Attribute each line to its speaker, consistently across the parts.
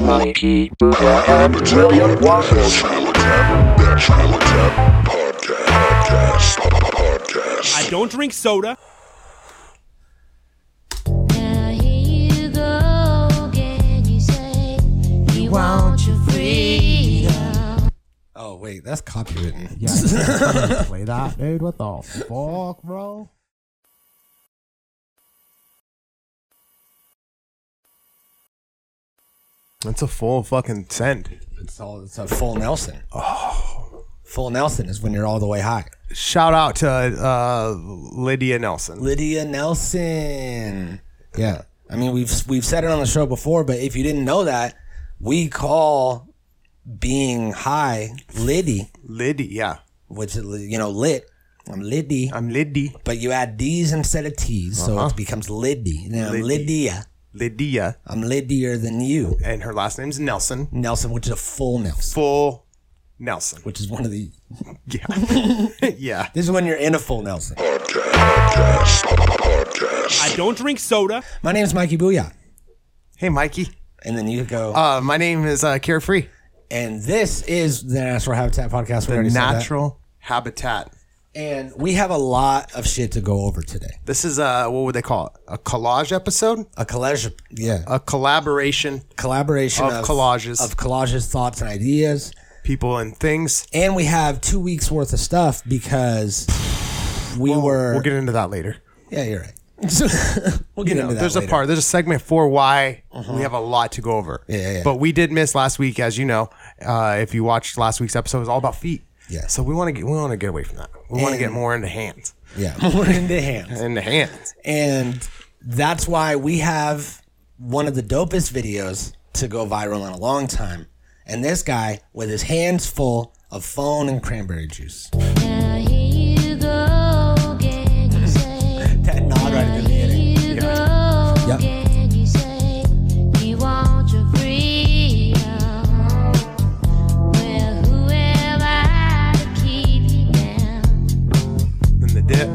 Speaker 1: Molly P. Buddha and William Waffles.
Speaker 2: I don't drink soda.
Speaker 3: Now here you go again. You say you want your freedom.
Speaker 4: Oh wait, that's copywritten.
Speaker 5: Yeah, I can't play that, dude. What the fuck, bro?
Speaker 6: That's a full fucking send.
Speaker 4: It's all it's a full Nelson. Oh. Full Nelson is when you're all the way high.
Speaker 6: Shout out to uh, Lydia Nelson.
Speaker 4: Lydia Nelson. Yeah. I mean, we've we've said it on the show before, but if you didn't know that, we call being high Liddy,
Speaker 6: Liddy, yeah.
Speaker 4: which is, you know, lit. I'm Liddy.
Speaker 6: I'm Liddy.
Speaker 4: But you add D's instead of T's, so it becomes Uh-huh. Liddy. Now, I'm
Speaker 6: Liddy.
Speaker 4: Lydia.
Speaker 6: Lydia.
Speaker 4: I'm Liddier than you.
Speaker 6: And her last name's Nelson.
Speaker 4: Nelson, which is a full Nelson,
Speaker 6: Full Nelson.
Speaker 4: which is one of the.
Speaker 6: Yeah. yeah.
Speaker 4: This is when you're in a full Nelson.
Speaker 2: I don't drink soda.
Speaker 4: My name is Mikey Booyah.
Speaker 6: Hey, Mikey.
Speaker 4: And then you go.
Speaker 6: Uh, my name is uh, Carefree.
Speaker 4: and this is the Natural Habitat Podcast. We
Speaker 6: The
Speaker 4: already said that.
Speaker 6: natural habitat.
Speaker 4: And we have a lot of shit to go over today.
Speaker 6: This is uh what would they call it? A collage episode?
Speaker 4: A collage, yeah,
Speaker 6: A collaboration.
Speaker 4: collaboration
Speaker 6: of collages.
Speaker 4: of collages, thoughts, and ideas.
Speaker 6: People and things.
Speaker 4: And we have two weeks worth of stuff because we were.
Speaker 6: We'll get into that later.
Speaker 4: yeah, you're right. So, we'll get
Speaker 6: You know,
Speaker 4: into that.
Speaker 6: there's a
Speaker 4: later. Uh-huh.
Speaker 6: part. There's a segment for why we have a lot to go over.
Speaker 4: yeah, yeah.
Speaker 6: But we did miss last week, as you know. Uh, if you watched last week's episode, it was all about feet.
Speaker 4: Yeah.
Speaker 6: So we want to get we want to get away from that. We want to
Speaker 4: And-
Speaker 6: get more into hands.
Speaker 4: Yeah, more into hands.
Speaker 6: Into hands.
Speaker 4: And that's why we have one of the dopest videos to go viral in a long time. And this guy with his hands full of phone and cranberry juice.
Speaker 3: Now here you go again. You say
Speaker 4: That nod right at the beginning.
Speaker 3: you go again. You say you want your freedom. Well, who am I to keep you down?
Speaker 6: And the dip.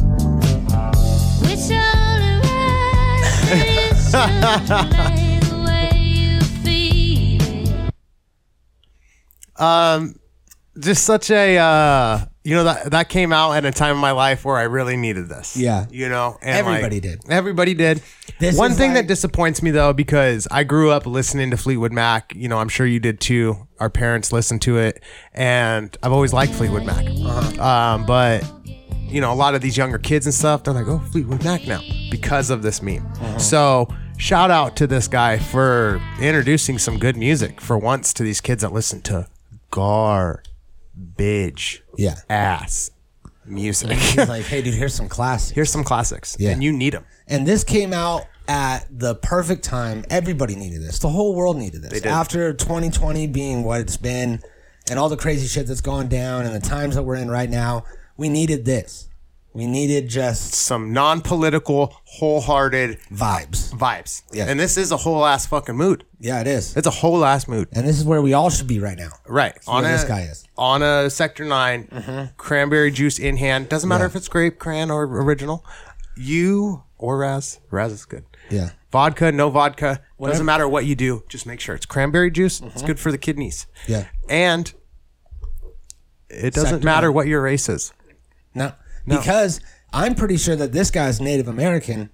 Speaker 3: It's all alright, it's just play the way you feel it.
Speaker 6: Just such a uh, you know that that came out at a time in my life where I really needed this.
Speaker 4: Yeah.
Speaker 6: You know, and like,
Speaker 4: Everybody did.
Speaker 6: Everybody did.
Speaker 4: This
Speaker 6: One
Speaker 4: is
Speaker 6: thing
Speaker 4: like-
Speaker 6: that disappoints me though, because I grew up listening to Fleetwood Mac. You know, I'm sure you did too. Our parents listened to it, and I've always liked Fleetwood Mac. Um, but you know, a lot of these younger kids and stuff, they're like, "Oh, Fleetwood Mac now," because of this meme.
Speaker 4: Uh-huh.
Speaker 6: So. Shout out to this guy for introducing some good music for once to these kids that listen to garbage
Speaker 4: Yeah.
Speaker 6: ass music.
Speaker 4: He's like, hey, dude, here's some classics.
Speaker 6: Here's some classics,
Speaker 4: Yeah.
Speaker 6: and you need them.
Speaker 4: And this came out at the perfect time. Everybody needed this. The whole world needed this. After 2020 being what it's been and all the crazy shit that's gone down and the times that we're in right now, we needed this. We needed just
Speaker 6: some non-political, wholehearted
Speaker 4: vibes.
Speaker 6: vibes.
Speaker 4: Yeah.
Speaker 6: And this is a whole ass fucking mood.
Speaker 4: Yeah, it is.
Speaker 6: It's a whole ass mood.
Speaker 4: And this is where we all should be right now.
Speaker 6: Right. on
Speaker 4: where
Speaker 6: a,
Speaker 4: this guy is. Mm-hmm.
Speaker 6: On a sector 9 cranberry juice in hand. Doesn't matter if it's grape, cran, or original. You or Raz. Raz is good.
Speaker 4: Yeah.
Speaker 6: Vodka, no vodka. Doesn't matter what you do. Just make sure it's cranberry juice. It's good for the kidneys.
Speaker 4: Mm-hmm. Yeah.
Speaker 6: And it doesn't
Speaker 4: Sector
Speaker 6: matter what your race is.
Speaker 4: No. Because I'm pretty sure that this guy's Native American,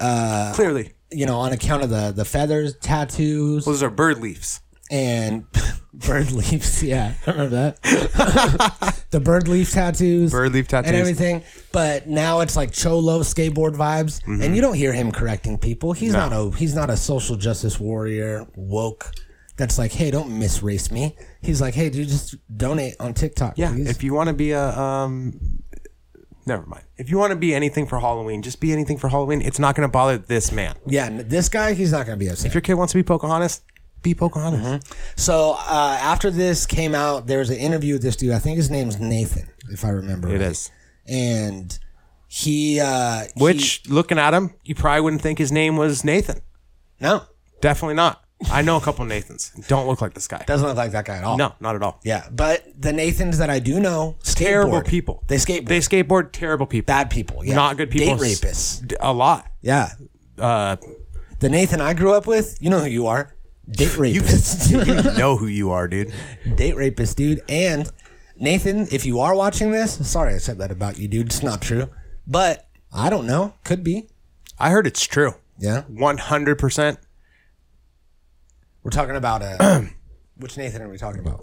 Speaker 4: Uh,
Speaker 6: Clearly,
Speaker 4: you know, on account of the, the feathers, tattoos,
Speaker 6: those are bird leaves.
Speaker 4: and bird leaves. Yeah, I remember that. the bird leaf tattoos,
Speaker 6: Bird leaf
Speaker 4: and
Speaker 6: tattoos.
Speaker 4: everything. But now it's like cholo skateboard vibes,
Speaker 6: Mm-hmm.
Speaker 4: and you don't hear him correcting people. He's not a he's not a social justice warrior woke. That's like, hey, don't misrace me. He's like, hey, dude, just donate on TikTok.
Speaker 6: Yeah,
Speaker 4: please.
Speaker 6: if you want to be a um, never mind. If you want to be anything for Halloween, just be anything for Halloween. It's not going to bother this man. If
Speaker 4: yeah. n- This guy, he's not gonna be upset.
Speaker 6: your kid wants to be Pocahontas, be Pocahontas.
Speaker 4: Mm-hmm. So uh, after this came out, there was an interview with this dude. I think his name's Nathan, if I remember.
Speaker 6: It
Speaker 4: right.
Speaker 6: is.
Speaker 4: and he uh, he-
Speaker 6: Which, looking at him, you probably wouldn't think his name was Nathan.
Speaker 4: no
Speaker 6: Definitely not. I know a couple Nathans. Don't look like this guy.
Speaker 4: doesn't look like that guy at all.
Speaker 6: No, not at all.
Speaker 4: Yeah, but the Nathans that I do know, skateboard.
Speaker 6: Terrible people.
Speaker 4: They skateboard.
Speaker 6: They skateboard. Terrible people.
Speaker 4: bad people. Yeah.
Speaker 6: Not good people.
Speaker 4: Date rapists.
Speaker 6: D- A lot.
Speaker 4: Yeah.
Speaker 6: Uh,
Speaker 4: The Nathan I grew up with, you know who you are. date rapists.
Speaker 6: know who you are, dude.
Speaker 4: date rapist, dude. And Nathan, if you are watching this, sorry I said that about you, dude. It's not true. But I don't know. Could be.
Speaker 6: I heard it's true.
Speaker 4: Yeah.
Speaker 6: One hundred percent.
Speaker 4: We're talking about uh which Nathan are we talking about?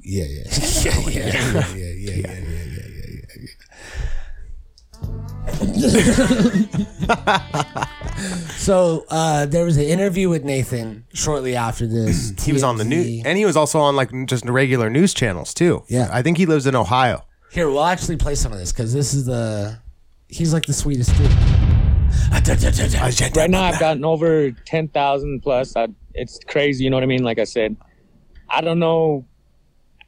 Speaker 4: Yeah, yeah. yeah, yeah, yeah, yeah, yeah, yeah, yeah, yeah, yeah, yeah. so uh, there was an interview with Nathan shortly after this.
Speaker 6: He was on the news, and he was also on like just regular news channels too.
Speaker 4: Yeah.
Speaker 6: I think he lives in Ohio.
Speaker 4: Here, we'll actually play some of this because this is the. He's like the sweetest dude.
Speaker 7: Right now, I've gotten over 10,000 plus. I, it's crazy, you know what I mean? Like I said, I don't know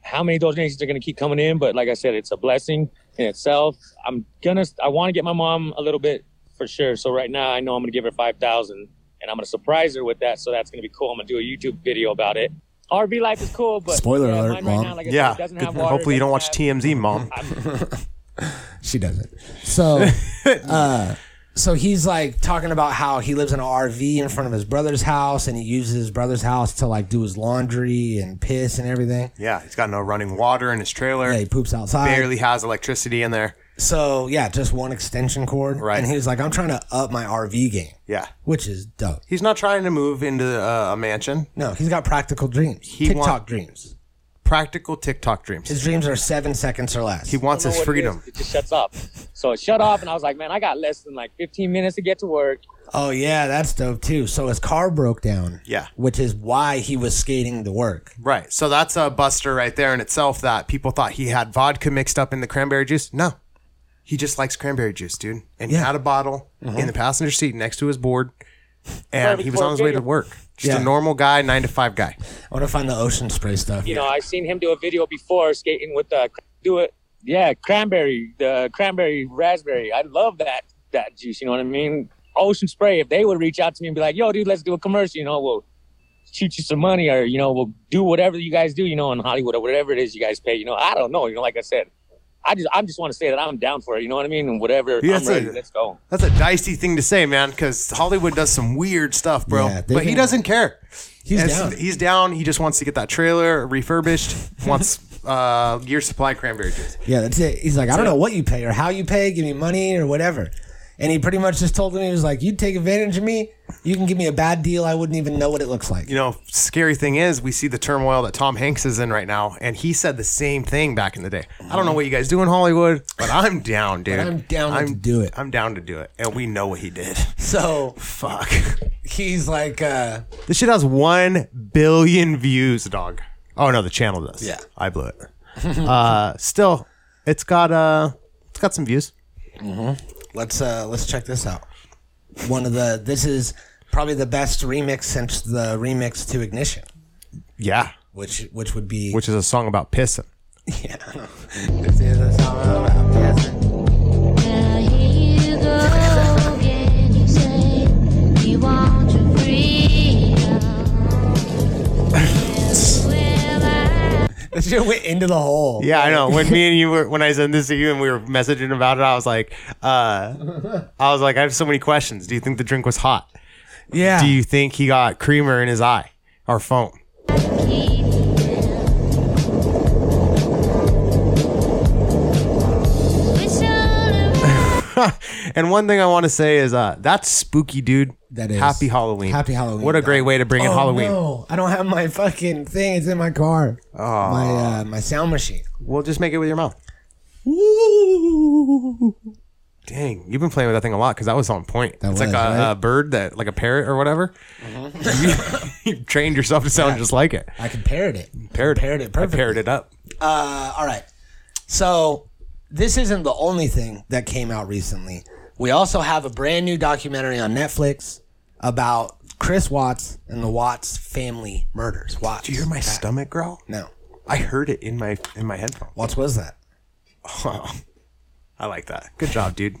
Speaker 7: how many donations are going to keep coming in, but like I said, it's a blessing in itself. I'm going to, I want to get my mom a little bit for sure. So right now, I know I'm going to give her 5,000 and I'm going to surprise her with that. So that's going to be cool. I'm going to do a YouTube video about it. RV life is cool, but
Speaker 4: Spoiler
Speaker 7: yeah,
Speaker 4: alert,
Speaker 7: mine right
Speaker 4: Mom.
Speaker 7: now, like I said,
Speaker 6: Yeah.
Speaker 7: doesn't have water,
Speaker 6: Hopefully you don't
Speaker 7: doesn't
Speaker 6: watch
Speaker 7: have-
Speaker 6: TMZ, mom.
Speaker 4: She doesn't. So, uh, so he's like talking about how he lives in an RV in front of his brother's house, and he uses his brother's house to like do his laundry and piss and everything.
Speaker 6: Yeah. He's got no running water in his trailer.
Speaker 4: Yeah, he poops outside.
Speaker 6: barely has electricity in there.
Speaker 4: So yeah, just one extension cord.
Speaker 6: Right.
Speaker 4: And he was like, "I'm trying to up my RV game,"
Speaker 6: Yeah.
Speaker 4: which is dope.
Speaker 6: He's not trying to move into uh, a mansion.
Speaker 4: No, he's got practical dreams.
Speaker 6: He
Speaker 4: TikTok
Speaker 6: want-
Speaker 4: dreams.
Speaker 6: Practical TikTok dreams.
Speaker 4: His dreams are seven seconds or less.
Speaker 6: He wants
Speaker 7: don't
Speaker 6: his
Speaker 7: know what it
Speaker 6: freedom.
Speaker 7: is. It, just shuts off. So it shut off, and I was like, man, I got less than like 15 minutes to get to work.
Speaker 4: oh yeah, that's dope too. So his car broke down.
Speaker 6: Yeah.
Speaker 4: Which is why he was skating to work.
Speaker 6: Right. So that's a buster right there in itself that people thought he had vodka mixed up in the cranberry juice. No. He just likes cranberry juice, dude. And he
Speaker 4: Yeah. Mm-hmm.
Speaker 6: had a bottle in the passenger seat next to his board. And he was on his way to work. Just
Speaker 4: Yeah.
Speaker 6: a normal guy, nine to five guy.
Speaker 4: I want to find the ocean spray stuff.
Speaker 7: You know, I seen him do a video before skating with the do it. Yeah, cranberry, the cranberry raspberry. I love that that juice. You know what I mean? Ocean spray. If they would reach out to me and be like, "Yo, dude, let's do a commercial," you know, we'll shoot you some money, or you know, we'll do whatever you guys do, you know, in Hollywood or whatever it is you guys pay. You know, I don't know. You know, like I said, I just I just want to say that I'm down for it. You know what I mean? And whatever,
Speaker 6: Yeah,
Speaker 7: I'm
Speaker 6: that's
Speaker 7: ready.
Speaker 6: it.
Speaker 7: Let's go.
Speaker 6: That's a dicey thing to say, man, because Hollywood does some weird stuff, bro.
Speaker 4: Yeah, they
Speaker 6: but he
Speaker 4: can-
Speaker 6: doesn't care.
Speaker 4: He's
Speaker 6: It's-
Speaker 4: down.
Speaker 6: He's down. He just wants to get that trailer refurbished. wants uh, year supply cranberry juice.
Speaker 4: Yeah, that's it. He's like, I don't know what you pay or how you pay. Give me money or whatever. And he pretty much just told him he was like, you take advantage of me. You can give me a bad deal. I wouldn't even know what it looks like.
Speaker 6: You know, scary thing is we see the turmoil that Tom Hanks is in right now, and he said the same thing back in the day. I don't know what you guys do in Hollywood, but I'm down, dude.
Speaker 4: I'm down to do it.
Speaker 6: I'm down to do it, and we know what he did.
Speaker 4: So
Speaker 6: Fuck.
Speaker 4: he's like, uh,
Speaker 6: This shit has one billion views, dog. Oh no, the channel does.
Speaker 4: Yeah.
Speaker 6: I blew it. uh, still, it's got uh, it's got some views.
Speaker 4: let's uh, let's check this out. One of the this is probably the best remix since the remix to Ignition,
Speaker 6: Yeah,
Speaker 4: which which would be
Speaker 6: which is a song about pissing.
Speaker 4: yeah. this is a song about yes.
Speaker 3: Now here you go again. You say you want your freedom. Well, I
Speaker 4: This shit went into the hole.
Speaker 6: Yeah, I know. When me and you were, when I sent this to you and we were messaging about it, I was like, uh, I was like, I have so many questions. Do you think the drink was hot?
Speaker 4: yeah.
Speaker 6: Do you think he got creamer in his eye or foam?
Speaker 3: keep them. It's all around.
Speaker 6: And one thing I want to say is, uh, that's spooky, dude.
Speaker 4: That is.
Speaker 6: happy Halloween.
Speaker 4: Happy Halloween,
Speaker 6: What a
Speaker 4: dog.
Speaker 6: great way to bring in
Speaker 4: Oh,
Speaker 6: Halloween.
Speaker 4: No, I don't have my fucking thing. It's in my car. My uh, my sound machine.
Speaker 6: We'll just make it with your mouth. Dang, you've been playing with that thing a lot because that was on point.
Speaker 4: That
Speaker 6: it's
Speaker 4: was,
Speaker 6: like a,
Speaker 4: right?
Speaker 6: a bird that, like a parrot or whatever. you, you trained yourself to sound just like it.
Speaker 4: Mm-hmm. I can parrot it.
Speaker 6: Parrot,
Speaker 4: Parrot it perfectly.
Speaker 6: I parroted it up.
Speaker 4: Uh, all right. So this isn't the only thing that came out recently. We also have a brand new documentary on Netflix about Chris Watts and the Watts family murders. Watts.
Speaker 6: Do you hear my stomach growl?
Speaker 4: No.
Speaker 6: I heard it in my in my headphone.
Speaker 4: Watts was that?
Speaker 6: I like that. Good job, dude.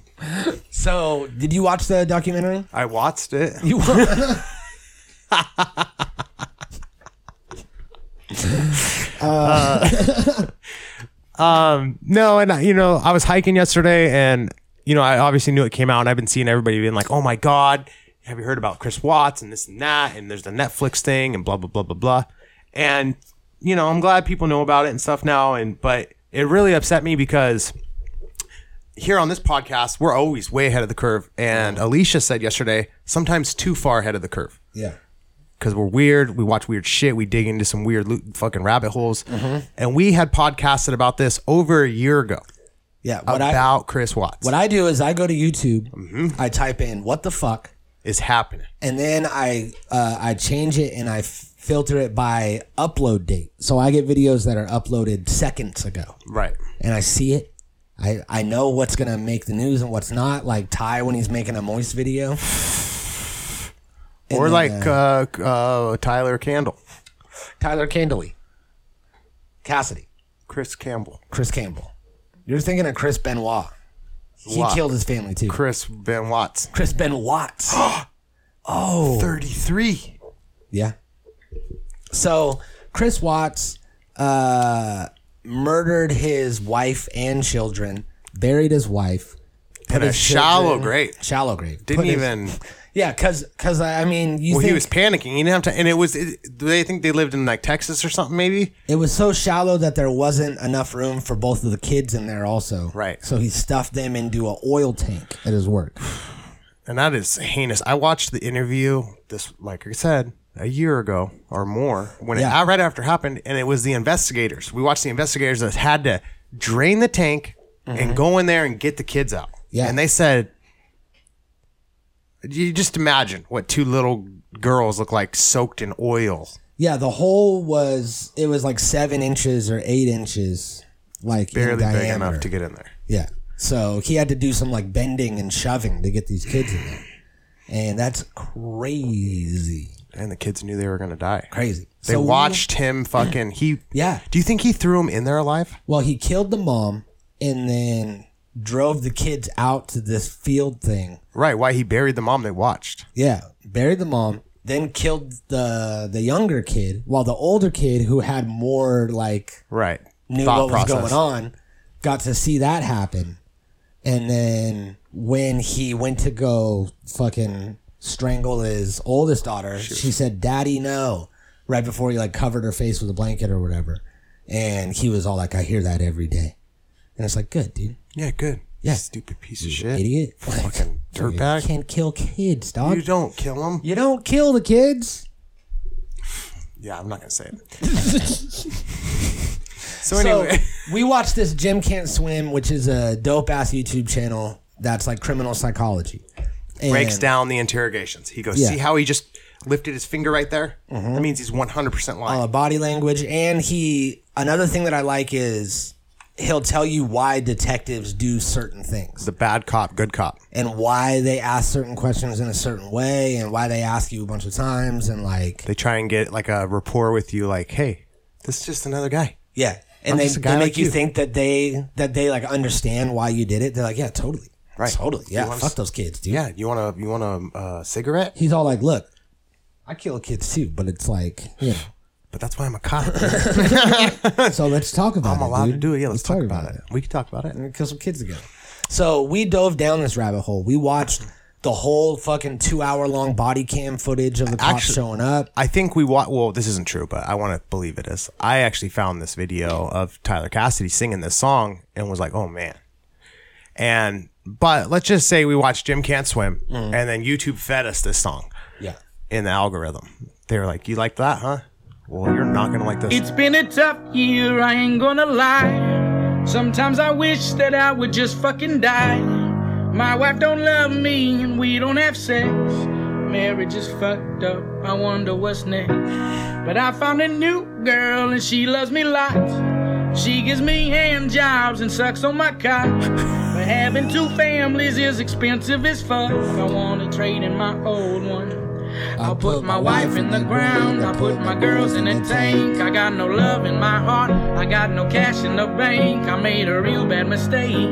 Speaker 4: So did you watch the documentary?
Speaker 6: I watched it.
Speaker 4: You.
Speaker 6: Um, No, and I, you know, I was hiking yesterday, and you know, I obviously knew it came out, and I've been seeing everybody being like, "Oh my god." have you heard about Chris Watts and this and that? And there's the Netflix thing and blah blah blah blah blah. And you know, I'm glad people know about it and stuff now. And but it really upset me because here on this podcast, we're always way ahead of the curve. And Alicia said yesterday, sometimes too far ahead of the curve
Speaker 4: Yeah.
Speaker 6: because we're weird. We watch weird shit. We dig into some weird lo- fucking rabbit holes.
Speaker 4: Mm-hmm.
Speaker 6: And we had podcasted about this over a year ago
Speaker 4: Yeah. What I
Speaker 6: about Mm-hmm. Chris Watts.
Speaker 4: what I do is I go to YouTube, I type in what the fuck,
Speaker 6: is happening?
Speaker 4: and then I uh, I change it and I f- filter it by upload date. So I get videos that are uploaded seconds ago,
Speaker 6: Right.
Speaker 4: and I see it. I, I know what's gonna make the news and what's not. Like Ty when he's making a moist video, And
Speaker 6: or
Speaker 4: then,
Speaker 6: like uh, uh, Tyler Candle,
Speaker 4: Tyler Candley, Cassidy,
Speaker 6: Chris Campbell,
Speaker 4: Chris Campbell. You're thinking of Chris Benoit. He
Speaker 6: Wow.
Speaker 4: killed his family too.
Speaker 6: Chris Van Watts.
Speaker 4: Chris Benoit.
Speaker 6: Thirty-three.
Speaker 4: Yeah. So Chris Watts uh, murdered his wife and children, buried his wife, put
Speaker 6: a
Speaker 4: his
Speaker 6: shallow grave.
Speaker 4: shallow grave.
Speaker 6: Didn't
Speaker 4: Put his-
Speaker 6: even.
Speaker 4: yeah, because I mean, you
Speaker 6: well,
Speaker 4: think
Speaker 6: he was panicking. He didn't have to. And it was. It, do they think they lived in like Texas or something? Maybe.
Speaker 4: it was so shallow that there wasn't enough room for both of the kids in there, also.
Speaker 6: Right.
Speaker 4: So he stuffed them into an oil tank at his work.
Speaker 6: And that is heinous. I watched the interview this, like I said, a year ago or more when it
Speaker 4: Yeah.
Speaker 6: it right after it happened, and it was the investigators. We watched the investigators that had to drain the tank and go in there and get the kids out.
Speaker 4: Mm-hmm. Yeah.
Speaker 6: and they said, you just imagine what two little girls look like soaked in oil.
Speaker 4: Yeah, the hole was it was like seven inches or eight inches, like in
Speaker 6: Barely big
Speaker 4: diameter.
Speaker 6: enough to get in there.
Speaker 4: Yeah. So he had to do some like bending and shoving to get these kids in there. And that's crazy.
Speaker 6: And the kids knew they were going to die.
Speaker 4: Crazy.
Speaker 6: They
Speaker 4: So-
Speaker 6: watched him fucking. He.
Speaker 4: Yeah.
Speaker 6: Do you think he threw him in there alive?
Speaker 4: Well, he killed the mom and then drove the kids out to this field thing.
Speaker 6: Right. Why he buried the mom they watched.
Speaker 4: Yeah. Buried the mom, then killed the the younger kid, while the older kid who had more like
Speaker 6: Right.
Speaker 4: knew
Speaker 6: Thought
Speaker 4: what
Speaker 6: process.
Speaker 4: was going on, got to see that happen. And then when he went to go fucking strangle his oldest daughter, she said, Daddy, no, right before he like covered her face with a blanket or whatever. And he was all like, I hear that every day. And it's like, good, dude.
Speaker 6: Yeah, good.
Speaker 4: Yeah.
Speaker 6: Stupid piece of shit.
Speaker 4: Idiot. Like,
Speaker 6: Fucking
Speaker 4: you
Speaker 6: dirtbag.
Speaker 4: can't kill kids, dog.
Speaker 6: You don't kill him.
Speaker 4: you don't kill the kids.
Speaker 6: Yeah, I'm not going to say it. so, anyway.
Speaker 4: So we watched this Jim Can't Swim, which is a dope ass YouTube channel that's like criminal psychology. And
Speaker 6: breaks down the interrogations. He goes,
Speaker 4: Yeah. Mm-hmm.
Speaker 6: see how he just lifted his finger right there? That means he's 100% lying.
Speaker 4: uh, body language, and he. Another thing that I like is he'll tell you why detectives do certain things
Speaker 6: the bad cop, good cop.
Speaker 4: and why they ask certain questions in a certain way and why they ask you a bunch of times and like
Speaker 6: They try and get like a rapport with you like, hey, this is just another guy.
Speaker 4: yeah and
Speaker 6: I'm
Speaker 4: they,
Speaker 6: just a guy
Speaker 4: they make
Speaker 6: like
Speaker 4: you
Speaker 6: you.
Speaker 4: think that they that they like understand why you did it they're like yeah totally
Speaker 6: Right.
Speaker 4: totally
Speaker 6: You
Speaker 4: yeah
Speaker 6: wanna
Speaker 4: fuck
Speaker 6: s-
Speaker 4: those kids dude
Speaker 6: Yeah, you want a you want a uh, cigarette?
Speaker 4: he's all like look i kill kids too but it's like you know
Speaker 6: But that's why I'm a cop.
Speaker 4: So let's talk about
Speaker 6: I'm
Speaker 4: it.
Speaker 6: allowed
Speaker 4: dude.
Speaker 6: to do it. Yeah, let's, talk about, it. We can talk about it.
Speaker 4: it. Kill some kids together. So we dove down this rabbit hole. We watched the whole fucking two hour long body cam footage of the cops
Speaker 6: Actually-
Speaker 4: showing up.
Speaker 6: I think we watched. Well, this isn't true, but I want to believe it is. I actually found this video of Tyler Cassidy singing this song and was like, "Oh man!" And but let's just say we watched Jim Can't Swim, and then YouTube fed us this song
Speaker 4: Yeah.
Speaker 6: in the algorithm. They were like, "You like that, huh?" Well, you're not gonna like this.
Speaker 8: It's been a tough year, I ain't gonna lie. Sometimes I wish that I would just fucking die. My wife don't love me and we don't have sex. Marriage is fucked up, I wonder what's next. But I found a new girl and she loves me lots. She gives me hand jobs and sucks on my cock. But having two families is expensive as fuck. I wanna trade in my old one. I put my wife in the ground. I put my girls in a tank. I got no love in my heart. I got no cash in the bank. I made a real bad mistake.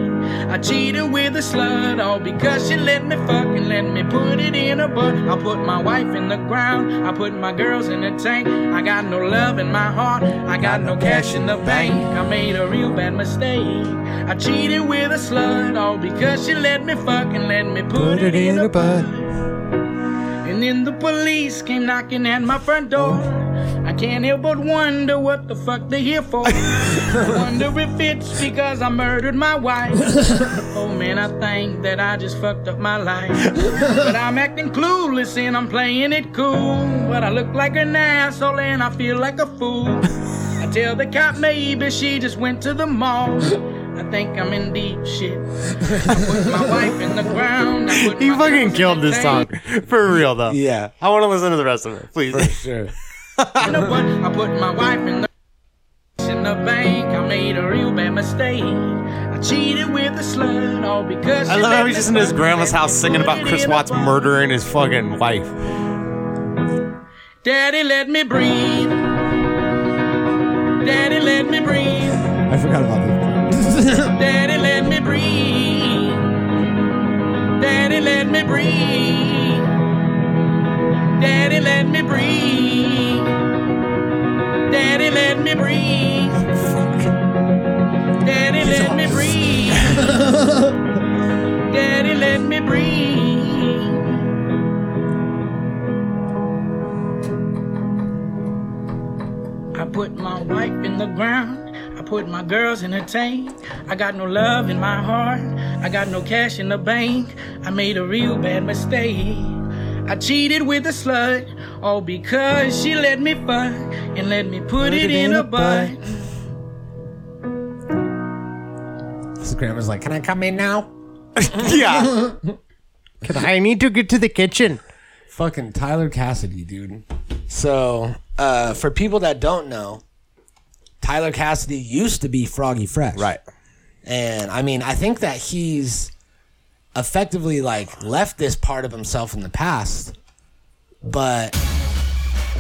Speaker 8: I cheated with a slut, all because she let me fuck and let me put it in her butt. I put my wife in the ground. I put my girls in a tank. I got no love in my heart. I got no cash in the bank. I made a real bad mistake. I cheated with a slut, all because she let me fuck and let me put, it in her butt. And then the police came knocking at my front door. I can't help but wonder what the fuck they're here for. I wonder if it's because I murdered my wife. Oh man, I think that I just fucked up my life. But I'm acting clueless and I'm playing it cool. But I look like an asshole and I feel like a fool. I tell the cop maybe she just went to the mall. I think I'm in deep shit. I put my wife in the ground. I put
Speaker 6: He
Speaker 8: my girls in
Speaker 6: fucking
Speaker 8: the
Speaker 6: killed this
Speaker 8: tank.
Speaker 6: song. For real, though.
Speaker 4: Yeah.
Speaker 6: I want to listen to the rest of it, please.
Speaker 4: Sure.
Speaker 8: You know what? I put my wife in the in the bank. I made a real bad mistake. I cheated with a slut, all because
Speaker 6: I
Speaker 8: she
Speaker 6: love
Speaker 8: let
Speaker 6: how he's
Speaker 8: me
Speaker 6: just in his
Speaker 8: fuck
Speaker 6: grandma's
Speaker 8: her
Speaker 6: house
Speaker 8: and
Speaker 6: singing
Speaker 8: put
Speaker 6: about
Speaker 8: it
Speaker 6: Chris
Speaker 8: in a
Speaker 6: Watts
Speaker 8: box.
Speaker 6: murdering his fucking wife.
Speaker 8: Daddy, let me breathe. Daddy, let me breathe.
Speaker 5: I forgot about this. part.
Speaker 8: Daddy, let me breathe. Daddy, let me breathe. Daddy, let me breathe. Daddy, let me breathe. Daddy, let me breathe. Daddy, let me breathe. I put my wife in the ground. I put my girls in a tank. I got no love in my heart. I got no cash in the bank. I made a real bad mistake. I cheated with a slut, all because she let me fuck and let me put it in a butt.
Speaker 4: His grandma's like, "Can I come in now?"
Speaker 6: yeah. I need to get to the kitchen.
Speaker 4: Fucking Tyler Cassidy, dude. So, uh, for people that don't know, Tyler Cassidy used to be Froggy Fresh, And I mean, I think that he's effectively like left this part of himself in the past, but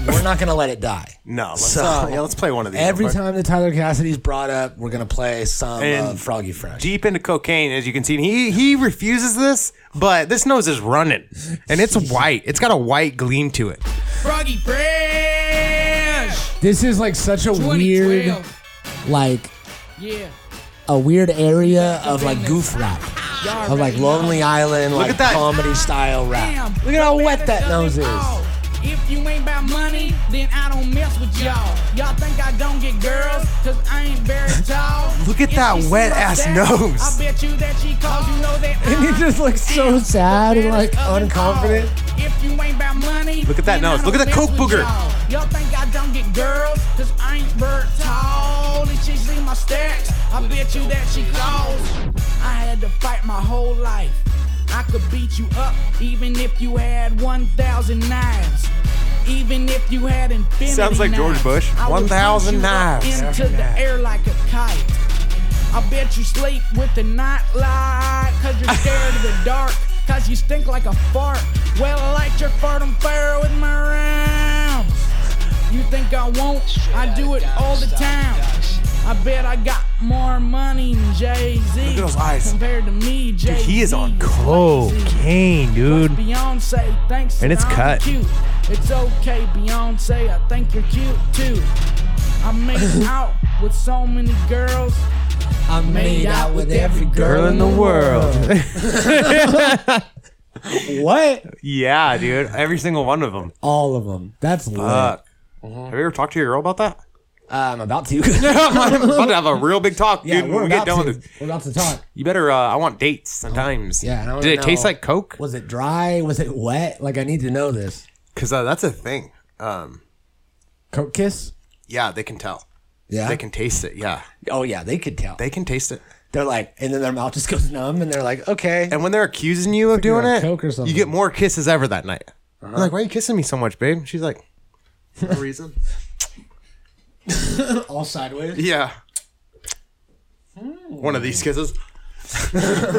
Speaker 4: we're not gonna let it die.
Speaker 6: No, let's,
Speaker 4: So,
Speaker 6: uh, yeah, let's play one of these.
Speaker 4: Every
Speaker 6: real quick.
Speaker 4: time that Tyler Cassidy's brought up, we're gonna play some
Speaker 6: And
Speaker 4: of Froggy Fresh.
Speaker 6: Deep into cocaine, as you can see, and he he refuses this, but this nose is running, and it's white. It's got a white gleam to it.
Speaker 8: Froggy Fresh!
Speaker 4: this is like such a weird,
Speaker 8: 2012.
Speaker 4: like
Speaker 8: Yeah.
Speaker 4: a weird area of like goof rap, of like Lonely Island, like
Speaker 6: at that.
Speaker 4: comedy style rap. Look at how wet that nose is.
Speaker 8: If you ain't about money, then I don't mess with y'all. Y'all think I don't get girls, cause I ain't very tall.
Speaker 6: Look at that wet ass nose.
Speaker 8: I bet you that she calls you know that
Speaker 4: And he just looks so sad and like unconfident.
Speaker 8: If you ain't about money,
Speaker 6: Look at that
Speaker 8: then I
Speaker 6: nose. Look
Speaker 8: don't
Speaker 6: at that
Speaker 8: mess
Speaker 6: coke
Speaker 8: with
Speaker 6: booger.
Speaker 8: Y'all. Y'all think I don't get girls, cause I ain't bird tall. And she see my stacks, I bet you that she calls. I had to fight my whole life. I could beat you up, even if you had 1,000 knives. Even if you had infinity
Speaker 6: Sounds like George
Speaker 8: knives.
Speaker 6: Bush.
Speaker 8: I would
Speaker 6: 1,000
Speaker 8: shoot you up
Speaker 6: knives.
Speaker 8: Into the air like a kite. I bet you sleep with the night light Cause you're scared of the dark Cause you stink like a fart Well, I light your fart on fire with my rounds You think I won't? I do it all the time I bet I got more money than Jay-Z Look
Speaker 6: at those eyes.
Speaker 8: Compared to me, Jay-Z
Speaker 6: He is on
Speaker 8: lazy.
Speaker 6: cocaine, dude.
Speaker 8: Beyonce, thanks.
Speaker 6: And it's
Speaker 8: I'm
Speaker 6: cut.
Speaker 8: Cute. It's okay, Beyonce. I think you're cute too. I make out with so many girls.
Speaker 4: I made out with every girl in the
Speaker 6: world.
Speaker 4: what?
Speaker 6: yeah, dude. Every single one of them.
Speaker 4: All of them. That's lit. Uh,
Speaker 6: Fuck.
Speaker 4: Mm-hmm.
Speaker 6: Have you ever talked to your girl about that?
Speaker 4: I'm about to.
Speaker 6: I'm about to have a real big talk, dude.
Speaker 4: yeah,
Speaker 6: when
Speaker 4: we're
Speaker 6: we
Speaker 4: about
Speaker 6: get done
Speaker 4: to.
Speaker 6: with this.
Speaker 4: We're about to talk.
Speaker 6: You better. Uh, I want dates sometimes.
Speaker 4: Yeah. Oh, and I wanna
Speaker 6: Did it
Speaker 4: know,
Speaker 6: taste like Coke?
Speaker 4: Was it dry? Was it wet? Like I need to know this.
Speaker 6: Because uh, that's a thing. Um,
Speaker 4: Coke kiss.
Speaker 6: yeah, they can tell.
Speaker 4: Yeah.
Speaker 6: They can taste it. Yeah,
Speaker 4: Oh yeah, they could tell.
Speaker 6: they can taste it.
Speaker 4: They're like, and then their mouth just goes numb, and they're like, okay.
Speaker 6: And when they're accusing you of doing
Speaker 4: on
Speaker 6: it,
Speaker 4: Coke or
Speaker 6: you
Speaker 4: something. Uh-huh.
Speaker 6: get more kisses ever that night. I'm like, why are you kissing me so much, babe? She's like, no reason.
Speaker 4: All sideways.
Speaker 6: yeah.
Speaker 4: Hmm.
Speaker 6: One of these kisses.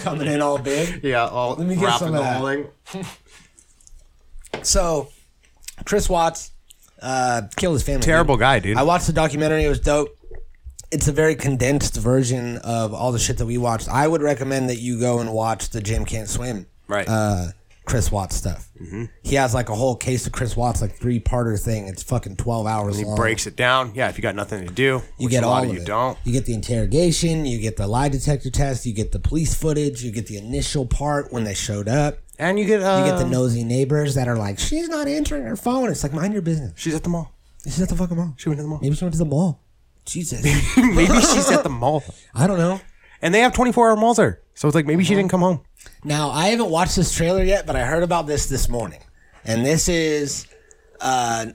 Speaker 4: Coming in all big.
Speaker 6: Yeah, all Let
Speaker 4: me get some of
Speaker 6: the
Speaker 4: that.
Speaker 6: whole thing.
Speaker 4: So, Chris Watts uh, killed his family.
Speaker 6: Terrible guy, dude.
Speaker 4: I watched the documentary. It was dope. It's a very condensed version of all the shit that we watched. I would recommend that you go and watch the Jim Can't Swim,
Speaker 6: Right. Mm-hmm.
Speaker 4: Uh, Chris Watts stuff. He has like a whole case of Chris Watts, like three parter thing. It's fucking twelve hours. long.
Speaker 6: Breaks it down. Yeah, if you got nothing to do,
Speaker 4: You
Speaker 6: which
Speaker 4: get
Speaker 6: a
Speaker 4: all
Speaker 6: lot
Speaker 4: of
Speaker 6: you
Speaker 4: it.
Speaker 6: don't.
Speaker 4: You get the interrogation. You get the lie detector test. You get the police footage. You get the initial part when they showed up.
Speaker 6: And you get uh,
Speaker 4: You get the nosy neighbors that are like, she's not answering her phone. It's like, mind your business.
Speaker 6: She's at the mall.
Speaker 4: She's at the fucking mall.
Speaker 6: She went to the mall.
Speaker 4: Maybe she went to the mall. Jesus.
Speaker 6: maybe she's at the mall.
Speaker 4: I don't know.
Speaker 6: And they have 24 hour malls there. So it's like maybe she didn't come home.
Speaker 4: Now, I haven't watched this trailer yet, but I heard about this this morning. And this is uh,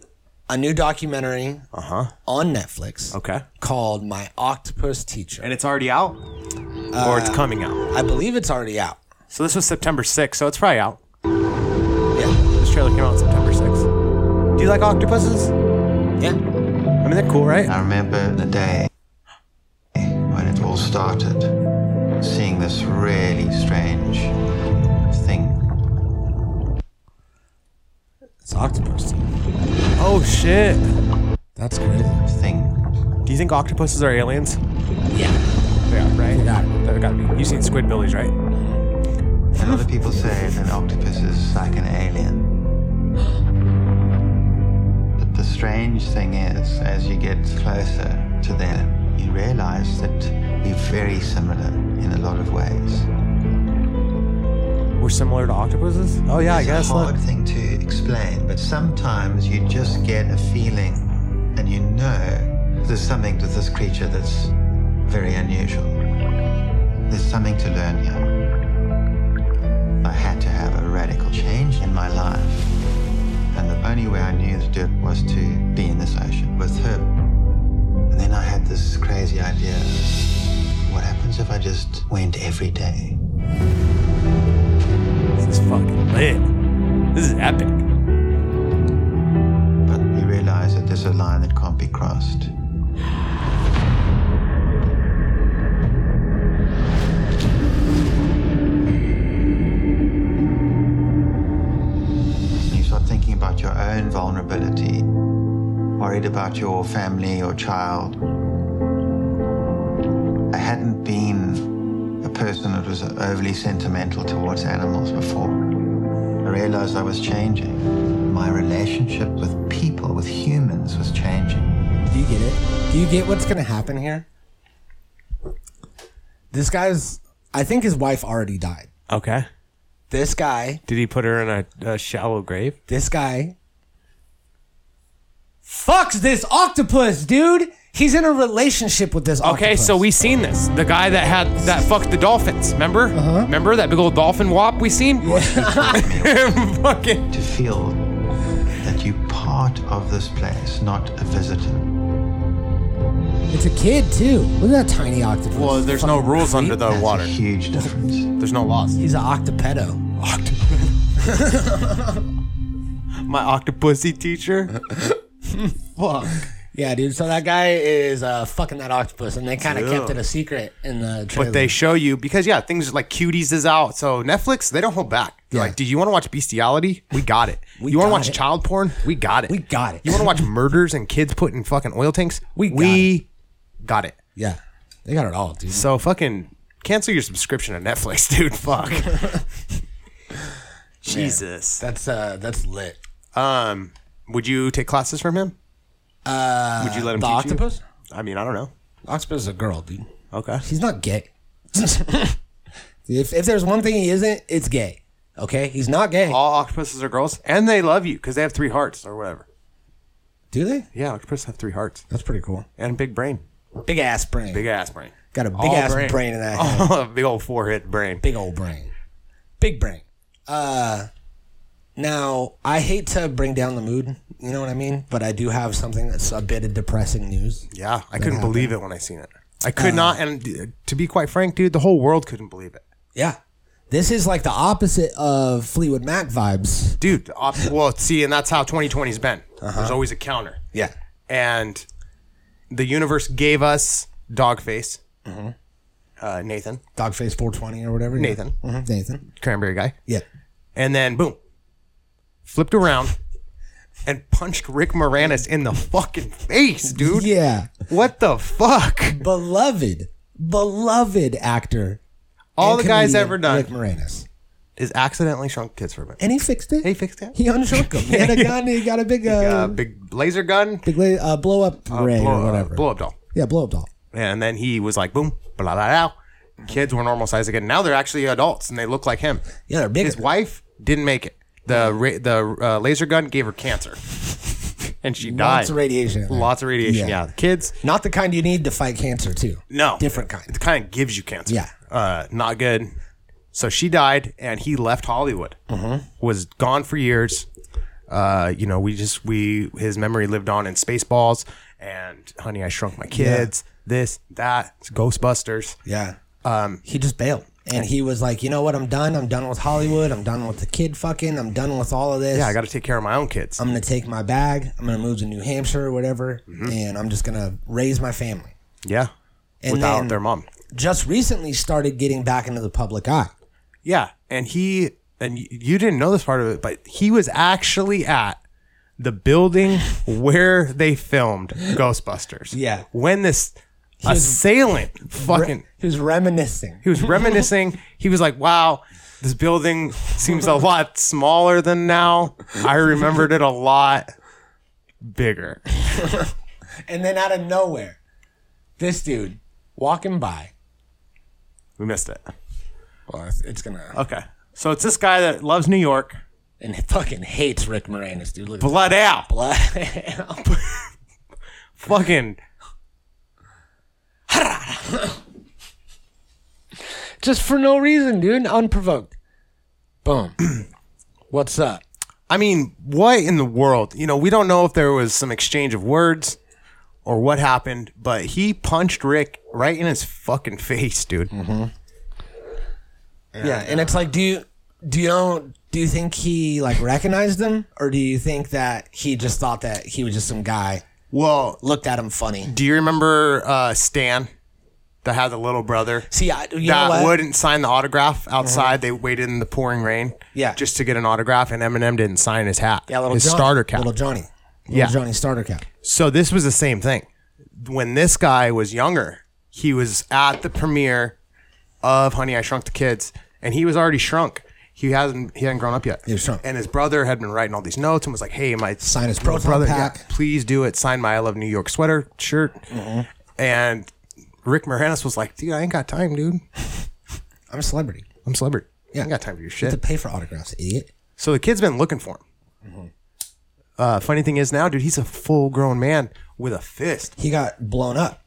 Speaker 4: a new documentary on Netflix
Speaker 6: Okay.
Speaker 4: called My Octopus Teacher.
Speaker 6: And it's already out? or it's coming out.
Speaker 4: I believe it's already out.
Speaker 6: So this was September 6th, so it's probably out.
Speaker 4: Yeah.
Speaker 6: This trailer came out September 6th. Do you like octopuses?
Speaker 4: Yeah.
Speaker 6: I mean, they're cool, right?
Speaker 9: I remember the day when it all started, seeing this really strange thing
Speaker 4: It's Octopus Teacher.
Speaker 6: Oh, shit.
Speaker 4: That's crazy.
Speaker 9: thing.
Speaker 6: Do you think octopuses are aliens? Yeah. They are, right? They
Speaker 4: gotta
Speaker 6: gotta, be. You've seen Squidbillies, right?
Speaker 9: And other people say that an octopus is like an alien. But the strange thing is, as you get closer to them, you realize that we're very similar in a lot of ways.
Speaker 6: We're similar to octopuses? Oh, yeah, I
Speaker 9: it's
Speaker 6: guess.
Speaker 9: a hard
Speaker 6: Look.
Speaker 9: thing to explain, but sometimes you just get a feeling and you know there's something to this creature that's very unusual. There's something to learn here. I had to have a radical change in my life. And the only way I knew to do it was to be in this ocean with her. And then I had this crazy idea. What happens if I just went every day?
Speaker 6: This is fucking lit. This is epic.
Speaker 9: But you realize that there's a line that can't be crossed. You start thinking about your own vulnerability, worried about your family or child. I hadn't been a person that was overly sentimental towards animals before. I realized I was changing. My relationship with people, with humans, was changing.
Speaker 4: Do you get it? Do you get what's gonna happen here? This guy's. I think his wife already died.
Speaker 6: Okay.
Speaker 4: This guy.
Speaker 6: Did he put her in a, a shallow grave?
Speaker 4: This guy. Fucks this octopus, dude. He's in a relationship with this.
Speaker 6: Okay,
Speaker 4: octopus.
Speaker 6: so we seen this. The guy that had that fucked the dolphins. Remember? Uh-huh. Remember that big old dolphin wop we seen? Fucking.
Speaker 9: To feel that you're part of this place, not a visitor.
Speaker 4: It's a kid too. Look at that tiny octopus. Fucking creep.
Speaker 9: That's a huge difference.
Speaker 6: There's no laws.
Speaker 4: He's an octopedo.
Speaker 6: My octopussy teacher. Fuck.
Speaker 4: Yeah, dude. So that guy is uh, fucking that octopus, and they kind of
Speaker 6: Yeah.
Speaker 4: kept it a secret in the trailer.
Speaker 6: But they show you because yeah, things like cuties is out. So Netflix, they don't hold back. They're
Speaker 4: Yeah.
Speaker 6: like, do you want to watch bestiality? We got it. you want to
Speaker 4: got
Speaker 6: watch
Speaker 4: it.
Speaker 6: child porn? We got it.
Speaker 4: We got it.
Speaker 6: You want to watch murders and kids put in fucking oil tanks?
Speaker 4: We got
Speaker 6: got it.
Speaker 4: yeah, they got it all, dude.
Speaker 6: So fucking cancel your subscription to Netflix, dude. Fuck. Jesus.
Speaker 4: That's uh, that's lit.
Speaker 6: Um, would you take classes from him? Uh, would you let him
Speaker 4: The
Speaker 6: teach
Speaker 4: octopus.
Speaker 6: You? I mean, I don't know.
Speaker 4: Octopus is a girl, dude.
Speaker 6: Okay.
Speaker 4: He's not gay. if, if there's one thing he isn't, it's gay. Okay? He's not gay.
Speaker 6: All octopuses are girls, and they love you because they have three hearts or whatever.
Speaker 4: Do they?
Speaker 6: Yeah, octopuses have three hearts
Speaker 4: That's pretty cool.
Speaker 6: and a big brain,
Speaker 4: Big ass brain.
Speaker 6: big ass brain,
Speaker 4: Got a big
Speaker 6: All
Speaker 4: ass brain. in that head.
Speaker 6: Oh, big old forehead brain.
Speaker 4: Big old brain. Big brain. Uh now I hate to bring down the mood, you know what I mean? But I do have something that's a bit of depressing news.
Speaker 6: Yeah, I couldn't believe it when I seen it. I could not, and d- to be quite frank, dude, the whole world couldn't believe it.
Speaker 4: Yeah. This is like the opposite of Fleetwood Mac vibes.
Speaker 6: Dude, the op- well, see, and that's how 2020's been. There's always a counter.
Speaker 4: Yeah.
Speaker 6: and the universe gave us Dogface, uh, Nathan,
Speaker 4: Dogface 420 or whatever.
Speaker 6: Nathan.
Speaker 4: Mhm, Nathan.
Speaker 6: cranberry guy,
Speaker 4: Yeah.
Speaker 6: and then boom, flipped around and punched Rick Moranis in the fucking face, dude.
Speaker 4: Yeah.
Speaker 6: What the fuck?
Speaker 4: beloved, beloved actor.
Speaker 6: All
Speaker 4: and
Speaker 6: the guy's
Speaker 4: comedian
Speaker 6: ever done
Speaker 4: Rick Moranis,
Speaker 6: is accidentally shrunk kids from it.
Speaker 4: and he fixed it.
Speaker 6: He fixed it.
Speaker 4: He unshook him. He had a gun. He got a big, uh,
Speaker 6: Uh,
Speaker 4: big,
Speaker 6: big laser gun,
Speaker 4: la- uh, blow up
Speaker 6: uh,
Speaker 4: ray
Speaker 6: blow,
Speaker 4: or
Speaker 6: uh,
Speaker 4: whatever.
Speaker 6: blow up doll,
Speaker 4: Yeah, blow up doll.
Speaker 6: and then he was like, boom, blah blah blah. Kids were normal size again. Now they're actually adults and they look like him.
Speaker 4: Yeah, they're big.
Speaker 6: His wife Didn't make it. The ra- the uh, laser gun gave her cancer, and she died.
Speaker 4: Lots of radiation. in there.
Speaker 6: Lots of radiation.
Speaker 4: Yeah.
Speaker 6: Yeah, kids.
Speaker 4: Not the kind you need to fight cancer, too.
Speaker 6: No,
Speaker 4: Different kind.
Speaker 6: It kind of gives you cancer.
Speaker 4: Yeah.
Speaker 6: uh, not good. So she died, and he left Hollywood. Was gone for years. Uh, you know, we just we his memory lived on in Spaceballs and Honey, I Shrunk My Kids. This that it's Ghostbusters.
Speaker 4: Yeah. Um, he just bailed. And he was like, you know what? I'm done. I'm done with Hollywood. I'm done with the kid fucking. I'm done with all of this.
Speaker 6: Yeah, I got to take care of my own kids.
Speaker 4: I'm going to take my bag. I'm going to move to New Hampshire or whatever.
Speaker 6: Mm-hmm.
Speaker 4: And I'm just going to raise my family.
Speaker 6: yeah,
Speaker 4: And
Speaker 6: without
Speaker 4: then-
Speaker 6: their mom.
Speaker 4: Just recently started getting back into the public eye.
Speaker 6: Yeah, and he and y- you didn't know this part of it, but he was actually at the building where they filmed Ghostbusters.
Speaker 4: Yeah.
Speaker 6: when this assailant fucking
Speaker 4: He was reminiscing.
Speaker 6: he was reminiscing. he was like, "Wow, this building seems a lot smaller than now. I remembered it a lot bigger."
Speaker 4: And then out of nowhere, this dude walking by.
Speaker 6: We missed it.
Speaker 4: Well, it's, it's going to.
Speaker 6: Okay, so it's this guy that loves New York.
Speaker 4: And he fucking hates Rick Moranis, dude. Look at
Speaker 6: Blood out.
Speaker 4: that.
Speaker 6: Fucking
Speaker 4: just for no reason, dude. Unprovoked. Boom. What's up?
Speaker 6: I mean, what in the world? You know, we don't know if there was some exchange of words or what happened, but he punched Rick right in his fucking face, dude.
Speaker 4: Yeah, and it's like, do you do you know, do you think he like recognized him, or do you think that he just thought that he was just some guy
Speaker 6: Well,
Speaker 4: looked at him funny?
Speaker 6: do you remember uh, Stan that had the little brother?
Speaker 4: See, I, you know
Speaker 6: that
Speaker 4: what? Mm-hmm.
Speaker 6: wouldn't sign the autograph outside. They waited in the pouring rain,
Speaker 4: Yeah.
Speaker 6: just to get an autograph. And Eminem didn't sign his hat,
Speaker 4: yeah, little
Speaker 6: his
Speaker 4: Johnny,
Speaker 6: starter cap.
Speaker 4: little Johnny, little
Speaker 6: Yeah.
Speaker 4: Johnny starter cap.
Speaker 6: So this was the same thing. When this guy was younger, he was at the premiere of Honey I Shrunk the Kids, and he was already shrunk. He hasn't he hadn't grown up yet. He
Speaker 4: was shrunk.
Speaker 6: And his brother had been writing all these notes and was like, "Hey, my
Speaker 4: Sign his
Speaker 6: little
Speaker 4: proton pack. Mm-hmm.
Speaker 6: please do it. Sign my I Love New York sweater shirt." And Rick Moranis was like, "Dude, I ain't got time, dude.
Speaker 4: I'm a celebrity.
Speaker 6: I'm a celebrity. I
Speaker 4: Yeah.
Speaker 6: ain't got time for your
Speaker 4: To
Speaker 6: shit."
Speaker 4: pay for autographs, idiot.
Speaker 6: So the kid's been looking for him.
Speaker 4: Mm-hmm.
Speaker 6: Uh, funny thing is now, dude, he's a full grown man with a fist.
Speaker 4: He got blown up.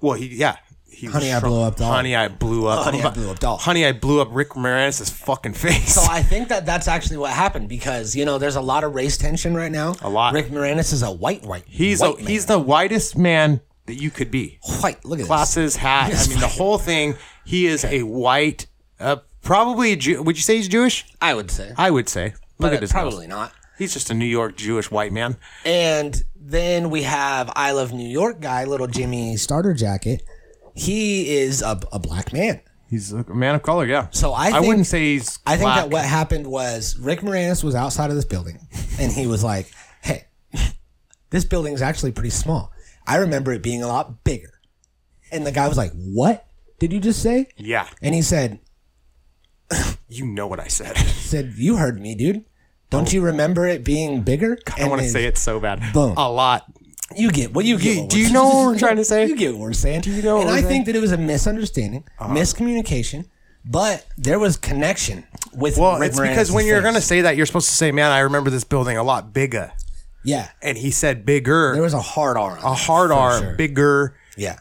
Speaker 6: Well, he yeah. He was
Speaker 4: Honey, I
Speaker 6: shrunk.
Speaker 4: blew up doll.
Speaker 6: Honey, I blew up.
Speaker 4: Honey, I blew up doll.
Speaker 6: Honey, I blew up Rick Moranis' fucking face.
Speaker 4: So I think that that's actually what happened because you know there's a lot of race tension right now. A
Speaker 6: lot.
Speaker 4: Rick Moranis is a white white.
Speaker 6: he's a,
Speaker 4: white man.
Speaker 6: he's the whitest man that you could be.
Speaker 4: white. Look at this.
Speaker 6: Glasses, hat. I mean, the whole thing. He is a white, uh, probably. a Jew, would you say he's Jewish?
Speaker 4: I would say,
Speaker 6: I would say. Look
Speaker 4: but
Speaker 6: at his
Speaker 4: probably
Speaker 6: nose.
Speaker 4: not.
Speaker 6: He's just a New York Jewish white man.
Speaker 4: And then we have I Love New York guy, little Jimmy Starter Jacket. He is a, a black man.
Speaker 6: He's a man of color. Yeah.
Speaker 4: So I
Speaker 6: I
Speaker 4: think-
Speaker 6: wouldn't say he's.
Speaker 4: I think that what
Speaker 6: black.
Speaker 4: happened was Rick Moranis was outside of this building and he was like, hey, this building's actually pretty small. I remember it being a lot bigger. And the guy was like, what did you just say?
Speaker 6: Yeah,
Speaker 4: And he said,
Speaker 6: you know what I said.
Speaker 4: said, you heard me, dude. Don't you remember it being bigger?
Speaker 6: I want to say it so bad.
Speaker 4: Boom.
Speaker 6: A lot.
Speaker 4: You get what you get.
Speaker 6: You-
Speaker 4: what
Speaker 6: do
Speaker 4: we're-
Speaker 6: you know what we're trying to say?
Speaker 4: You get what we're saying. Do
Speaker 6: you know
Speaker 4: And
Speaker 6: what
Speaker 4: I
Speaker 6: we're
Speaker 4: think
Speaker 6: saying? Uh-huh.
Speaker 4: that it was a misunderstanding, miscommunication, but there was connection with.
Speaker 6: Well,
Speaker 4: Rick
Speaker 6: it's because
Speaker 4: Moranis'
Speaker 6: when you're
Speaker 4: face.
Speaker 6: gonna say that, you're supposed to say, "Man, I remember this building a lot bigger."
Speaker 4: yeah,
Speaker 6: and he said bigger,
Speaker 4: there was a hard R.
Speaker 6: a hard R, bigger,
Speaker 4: Yeah,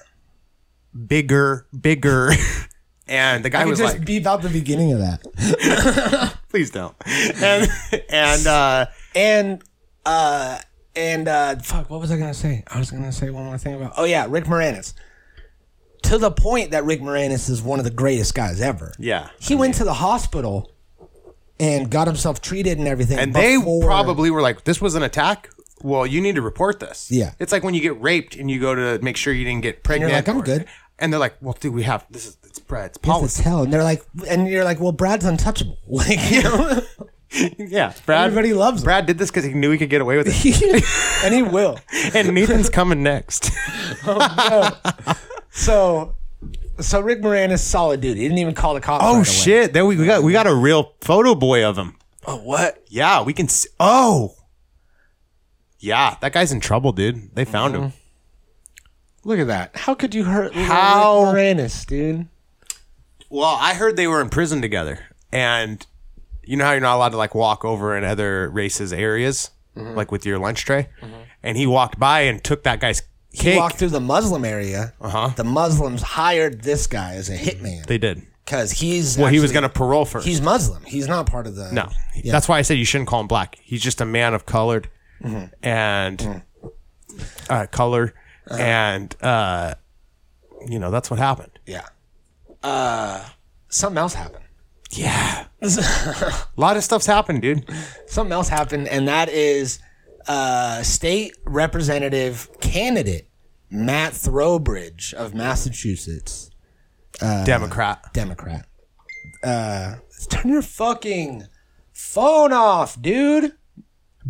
Speaker 6: bigger, bigger. and the guy
Speaker 4: I could
Speaker 6: was
Speaker 4: just
Speaker 6: like,
Speaker 4: beep out the beginning of that.
Speaker 6: please don't. And, and uh,
Speaker 4: And uh, and uh, fuck, what was I gonna say? I was gonna say one more thing about. Oh yeah, Rick Moranis. To the point that Rick Moranis is one of the greatest guys ever.
Speaker 6: yeah.
Speaker 4: He went to the hospital and got himself treated and everything.
Speaker 6: And they
Speaker 4: before-
Speaker 6: probably were like, this was an attack. Well, you need to report this.
Speaker 4: Yeah.
Speaker 6: It's like when you get raped and you go to make sure you didn't get pregnant.
Speaker 4: like, "I'm
Speaker 6: or-
Speaker 4: good."
Speaker 6: And they're like, well, dude, we have this is it's bread, it's
Speaker 4: What the
Speaker 6: policy.
Speaker 4: hell? And they're like, and you're like, well, Brad's untouchable. Like, you know,
Speaker 6: yeah. Brad,
Speaker 4: everybody loves him.
Speaker 6: Brad did this because he knew he could get away with it.
Speaker 4: and he will.
Speaker 6: and Nathan's coming next.
Speaker 4: So, so Rick Moranis, solid dude. He didn't even call the cops. right
Speaker 6: Oh
Speaker 4: away.
Speaker 6: shit! There we, we got we got a real photo boy of him.
Speaker 4: Oh what?
Speaker 6: Yeah, we can. See, oh, yeah, that guy's in trouble, dude. They found him.
Speaker 4: Look at that. How could you hurt
Speaker 6: How-
Speaker 4: Rick Moranis, dude?
Speaker 6: Well, I heard they were in prison together, and you know how you're not allowed to like walk over in other races' areas, like with your lunch tray. And he walked by and took that guy's
Speaker 4: He
Speaker 6: cake.
Speaker 4: walked through the Muslim area.
Speaker 6: Uh-huh.
Speaker 4: The Muslims hired this guy as a hitman
Speaker 6: they did.
Speaker 4: because he's
Speaker 6: Well, he was
Speaker 4: actually-
Speaker 6: going to parole first.
Speaker 4: He's Muslim. He's not part of the.
Speaker 6: No,
Speaker 4: Yeah.
Speaker 6: that's why I said you shouldn't call him black. He's just a man of colored Mm-hmm. and uh, color, and uh, you know that's what happened.
Speaker 4: Yeah. Uh, something else happened.
Speaker 6: Yeah, a lot of stuff's happened, dude.
Speaker 4: Something else happened, and that is uh, state representative candidate Matt Throwbridge of Massachusetts,
Speaker 6: Democrat.
Speaker 4: Democrat. Uh, turn your fucking phone off, dude.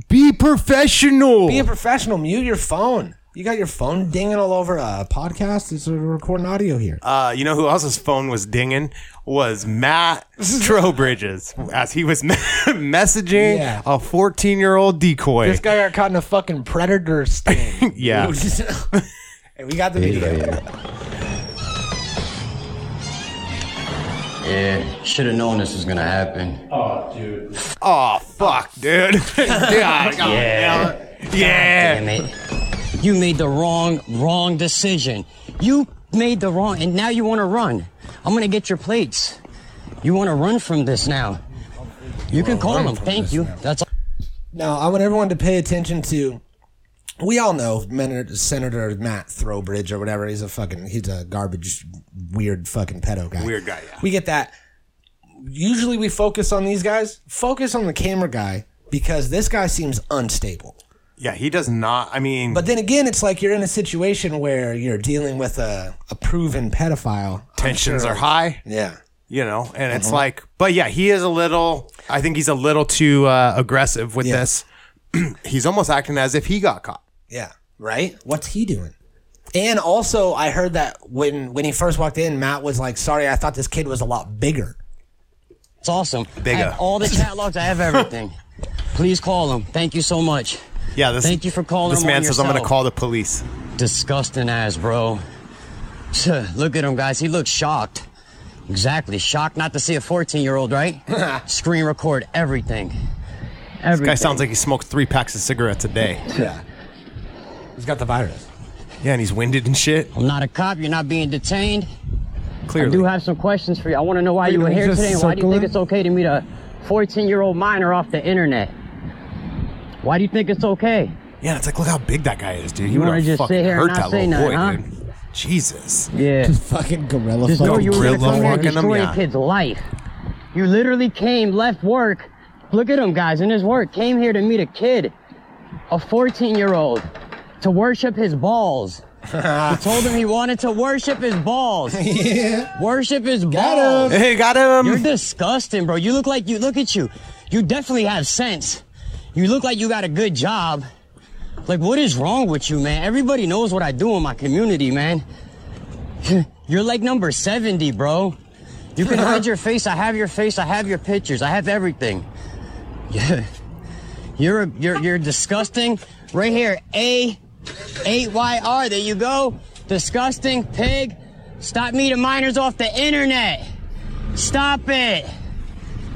Speaker 6: Be professional.
Speaker 4: Be a professional. Mute your phone. You got your phone dinging all over a podcast. It's recording audio here.
Speaker 6: uh, you know who else's phone was dinging was Matt Trowbridge's as he was messaging
Speaker 4: Yeah.
Speaker 6: a 14 year old decoy.
Speaker 4: this guy got caught in a fucking predator sting.
Speaker 6: yeah.
Speaker 4: and we got the video.
Speaker 9: Yeah, should have known this was gonna happen.
Speaker 6: Oh fuck, dude. God, yeah. Yeah.
Speaker 9: Damn it. You made the wrong, wrong decision. You made the wrong, and now you wanna run. I'm gonna get your plates. You wanna run from this now. You can call them. Thank you. That's all.
Speaker 4: Now, I want everyone to pay attention to. We all know Men- Senator Matt Throwbridge or whatever. He's a fucking, he's a garbage, weird fucking pedo guy.
Speaker 6: Weird guy, yeah.
Speaker 4: We get that. Usually we focus on these guys. Focus on the camera guy because this guy seems unstable.
Speaker 6: Yeah, he does not. I mean,
Speaker 4: But then again, it's like you're in a situation where you're dealing with a, a proven pedophile.
Speaker 6: tensions are high,
Speaker 4: Yeah.
Speaker 6: you know, and
Speaker 9: Uh-huh.
Speaker 6: it's like, but yeah, he is a little, I think he's a little too uh, aggressive with
Speaker 4: Yeah.
Speaker 6: this. he's almost acting as if he got caught.
Speaker 4: Yeah. Right? What's he doing? And also I heard that when when he first walked in, Matt was like, sorry, I thought this kid was a lot bigger.
Speaker 9: It's awesome. I
Speaker 6: Bigger.
Speaker 9: have all the catalogs. I have everything. Please call them. Thank you so much.
Speaker 6: Yeah, this,
Speaker 9: Thank you for calling
Speaker 6: This
Speaker 9: him
Speaker 6: man
Speaker 9: on
Speaker 6: says, I'm going to
Speaker 9: yourself."
Speaker 6: call the police.
Speaker 9: Disgusting ass, bro. Look at him, guys. He looks shocked. Exactly. Shocked not to see a 14 year old, right? Screen record everything. Everything.
Speaker 6: Guy sounds like he smoked three packs of cigarettes a day.
Speaker 4: Yeah. He's got the virus.
Speaker 6: Yeah, and he's winded and shit.
Speaker 9: I'm not a cop. You're not being detained. I
Speaker 6: Clearly.
Speaker 9: do have some questions for you. I want to know why you
Speaker 10: Wait,
Speaker 9: were
Speaker 10: we
Speaker 9: here
Speaker 10: just
Speaker 9: today and why do you think
Speaker 10: circling?
Speaker 9: it's okay to meet a 14 year old minor off the internet? Why do you think it's okay?
Speaker 6: yeah, it's like, look how big that guy is, dude. He
Speaker 9: You wanna
Speaker 6: would have
Speaker 9: just
Speaker 6: fucking
Speaker 9: sit here and
Speaker 6: hurt
Speaker 9: not
Speaker 6: that
Speaker 9: say
Speaker 6: little boy,
Speaker 9: nothing,
Speaker 6: dude. Jesus.
Speaker 9: Yeah.
Speaker 10: Fucking gorilla.
Speaker 9: Just know
Speaker 10: fucking
Speaker 9: you were
Speaker 6: gorilla
Speaker 9: gonna come here and
Speaker 6: fucking him,
Speaker 9: destroy
Speaker 6: yeah.
Speaker 9: a kid's life. You literally came, left work. Look at him, guys, in his work. Came here to meet a kid, a 14 year old, to worship his balls. he told him he wanted to worship his balls. Worship his balls.
Speaker 6: Hey, got him.
Speaker 9: You're disgusting, bro. You look like you look at you. You definitely have sense. You look like you got a good job. Like, what is wrong with you, man? Everybody knows what I do in my community, man. You're like number 70, bro. You can hide your face. I have your face. I have your pictures. I have everything. Yeah. You're a, you're you're disgusting. Right here, A 8YR. There you go. Disgusting pig. Stop meeting minors off the internet. Stop it.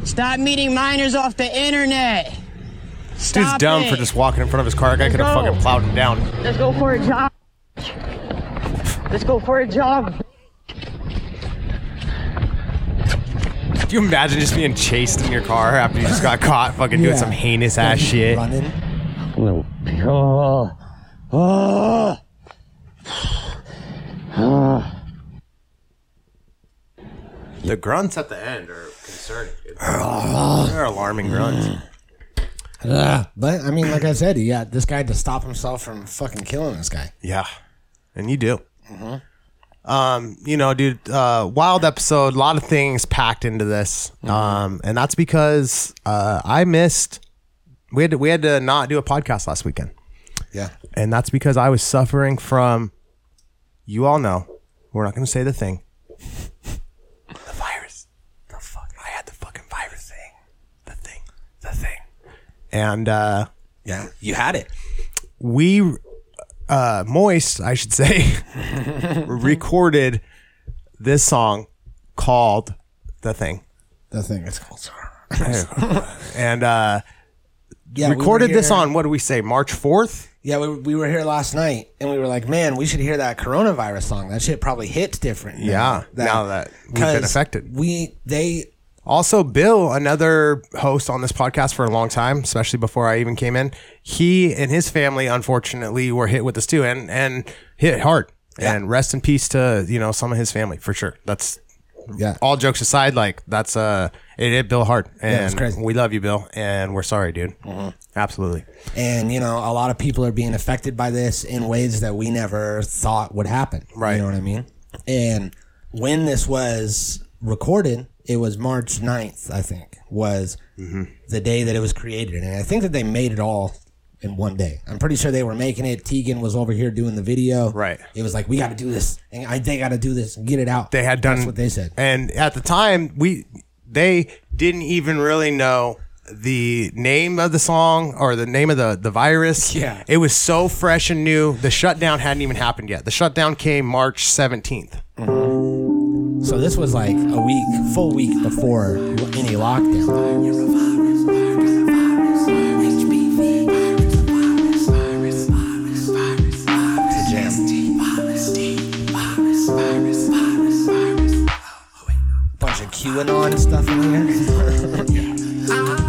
Speaker 9: Stop meeting minors off the internet.
Speaker 6: Dude's
Speaker 9: Stop
Speaker 6: dumb
Speaker 9: it.
Speaker 6: for just walking in front of his car. Guy could have
Speaker 9: Go.
Speaker 6: fucking plowed him down.
Speaker 9: Let's go for a jog. Let's go for a jog.
Speaker 6: Do you imagine just being chased in your car after you just got caught fucking doing
Speaker 4: Yeah.
Speaker 6: some heinous ass shit?
Speaker 4: Running.
Speaker 9: Little oh, oh,
Speaker 6: The grunts at the end are concerning. dude. They're alarming grunts.
Speaker 4: But I mean, like I said, he got this guy to stop himself from fucking killing this guy.
Speaker 6: Yeah, and you do. Um, you know, dude, uh, wild episode. A lot of things packed into this, um, and that's because uh, I missed. We had to, we had to not do a podcast last weekend,
Speaker 4: Yeah.
Speaker 6: and that's because I was suffering from. You all know, we're not going to say the thing. The virus. The fuck. I had the fucking virus thing. The thing. The thing. And uh,
Speaker 4: Yeah. You had it.
Speaker 6: we uh moist i should say recorded this song called the thing
Speaker 4: The thing it's called.
Speaker 6: and uh,
Speaker 4: Yeah, we were
Speaker 6: recorded this
Speaker 4: here-
Speaker 6: on what do we say, March fourth?
Speaker 4: Yeah, we, we were here last night, and we were like, man, we should hear that coronavirus song. That shit probably hits different. now."
Speaker 6: Yeah, now that we've been
Speaker 4: 'cause
Speaker 6: affected.
Speaker 4: we they
Speaker 6: Also, Bill, another host on this podcast for a long time, especially before I even came in, he and his family unfortunately were hit with this too, and and hit hard. And rest in peace to you know some of his family for sure. That's
Speaker 4: yeah
Speaker 6: all jokes aside, like that's uh it hit Bill hard,
Speaker 4: it was
Speaker 6: and
Speaker 4: crazy.
Speaker 6: we love you, Bill, and we're sorry, dude. Absolutely.
Speaker 4: and you know a lot of people are being affected by this in ways that we never thought would happen
Speaker 6: Right.
Speaker 4: you know what i mean and when this was recorded it was march 9th i think was
Speaker 6: Mm-hmm.
Speaker 4: the day that it was created and i think that they made it all in one day i'm pretty sure they were making it tegan was over here doing the video
Speaker 6: Right.
Speaker 4: it was like we got to do this and I, they got to do this and get it out
Speaker 6: They had done
Speaker 4: that's what they said
Speaker 6: and at the time we they didn't even really know the name of the song or the name of the the virus.
Speaker 4: Yeah.
Speaker 6: it was so fresh and new. The shutdown hadn't even happened yet. The shutdown came March seventeenth.
Speaker 4: so this was like a week full week before any lockdown bunch of QAnon stuff in here.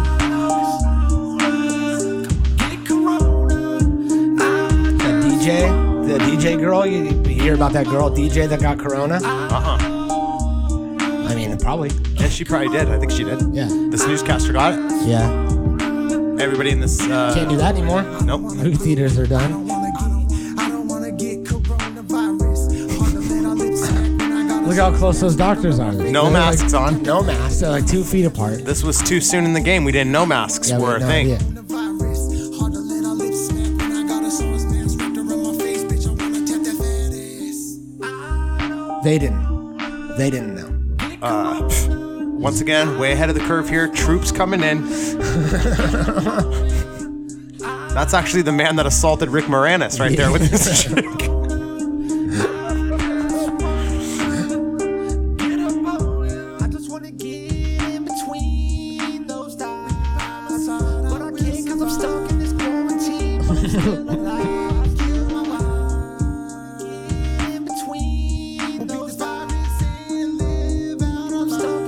Speaker 4: the DJ, the DJ girl, you, you hear about that girl DJ that got Corona? Uh huh. I mean, probably.
Speaker 6: And she probably did. I think she did.
Speaker 4: Yeah.
Speaker 6: This newscaster got it.
Speaker 4: Yeah.
Speaker 6: Everybody in this.
Speaker 4: Can't
Speaker 6: Uh,
Speaker 4: do that anymore.
Speaker 6: nope.
Speaker 4: Movie theaters are done. Look how close those doctors are.
Speaker 6: No
Speaker 4: They're
Speaker 6: masks
Speaker 4: like-
Speaker 6: on.
Speaker 4: No masks. They're like two feet apart.
Speaker 6: This was too soon in the game. We didn't know masks
Speaker 4: we
Speaker 6: were a
Speaker 4: had no
Speaker 6: thing.
Speaker 4: idea. They didn't. They didn't know.
Speaker 6: Uh, Once again, way ahead of the curve here. Troops coming in. That's actually the man that assaulted Rick Moranis right there with his chick.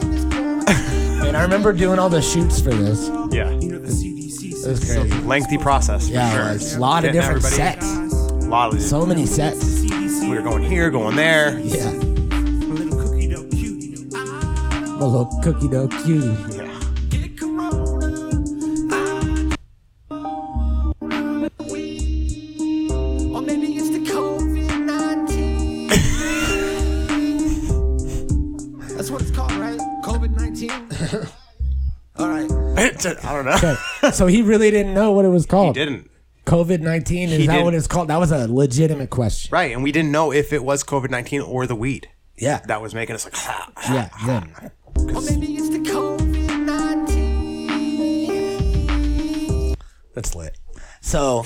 Speaker 4: And I remember doing all the shoots for this. It
Speaker 6: Yeah.
Speaker 4: was crazy.
Speaker 6: Lengthy process. For
Speaker 4: Yeah,
Speaker 6: sure.
Speaker 4: it was a lot of
Speaker 6: Getting
Speaker 4: different
Speaker 6: everybody-
Speaker 4: sets.
Speaker 6: lot of
Speaker 4: So many sets.
Speaker 6: We were going here, going there.
Speaker 4: Yeah. My little cookie dough cutie.
Speaker 6: Yeah. I don't know.
Speaker 4: So he really didn't know what it was called.
Speaker 6: Didn't.
Speaker 4: COVID 19, is
Speaker 6: He
Speaker 4: that what
Speaker 6: didn't.
Speaker 4: it's called? That was a legitimate question.
Speaker 6: Right. And we didn't know if it was COVID 19 or the weed.
Speaker 4: Yeah.
Speaker 6: That was making us like,
Speaker 4: Yeah, them.
Speaker 6: that's lit.
Speaker 4: So,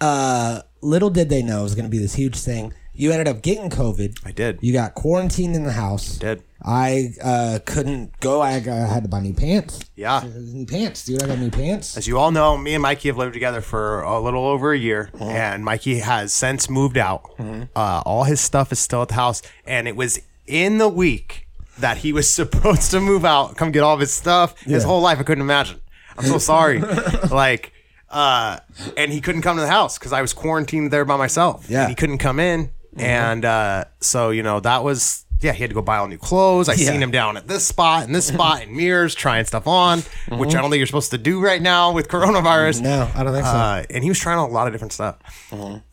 Speaker 4: uh, little did they know it was going to be this huge thing. You ended up getting COVID.
Speaker 6: I did.
Speaker 4: You got quarantined in the house.
Speaker 6: Did.
Speaker 4: I uh, couldn't go. I, got- I had to buy new pants.
Speaker 6: Yeah.
Speaker 4: New pants, dude. I got new pants.
Speaker 6: As you all know, me and Mikey have lived together for a little over a year,
Speaker 4: Mm-hmm.
Speaker 6: and Mikey has since moved out. Uh, all his stuff is still at the house, and it was in the week that he was supposed to move out, come get all of his stuff. His
Speaker 4: Yeah.
Speaker 6: whole life, I couldn't imagine. I'm so sorry. like, uh, and he couldn't come to the house because I was quarantined there by myself.
Speaker 4: Yeah. Mm-hmm.
Speaker 6: And he couldn't come in, and uh, so you know that was. Yeah, he had to go buy all new clothes. I
Speaker 4: Yeah.
Speaker 6: seen him down at this spot and this spot and mirrors trying stuff on, which I don't think you're supposed to do right now with coronavirus.
Speaker 4: No, Uh-huh. I don't think so.
Speaker 6: Uh, and he was trying on a lot of different stuff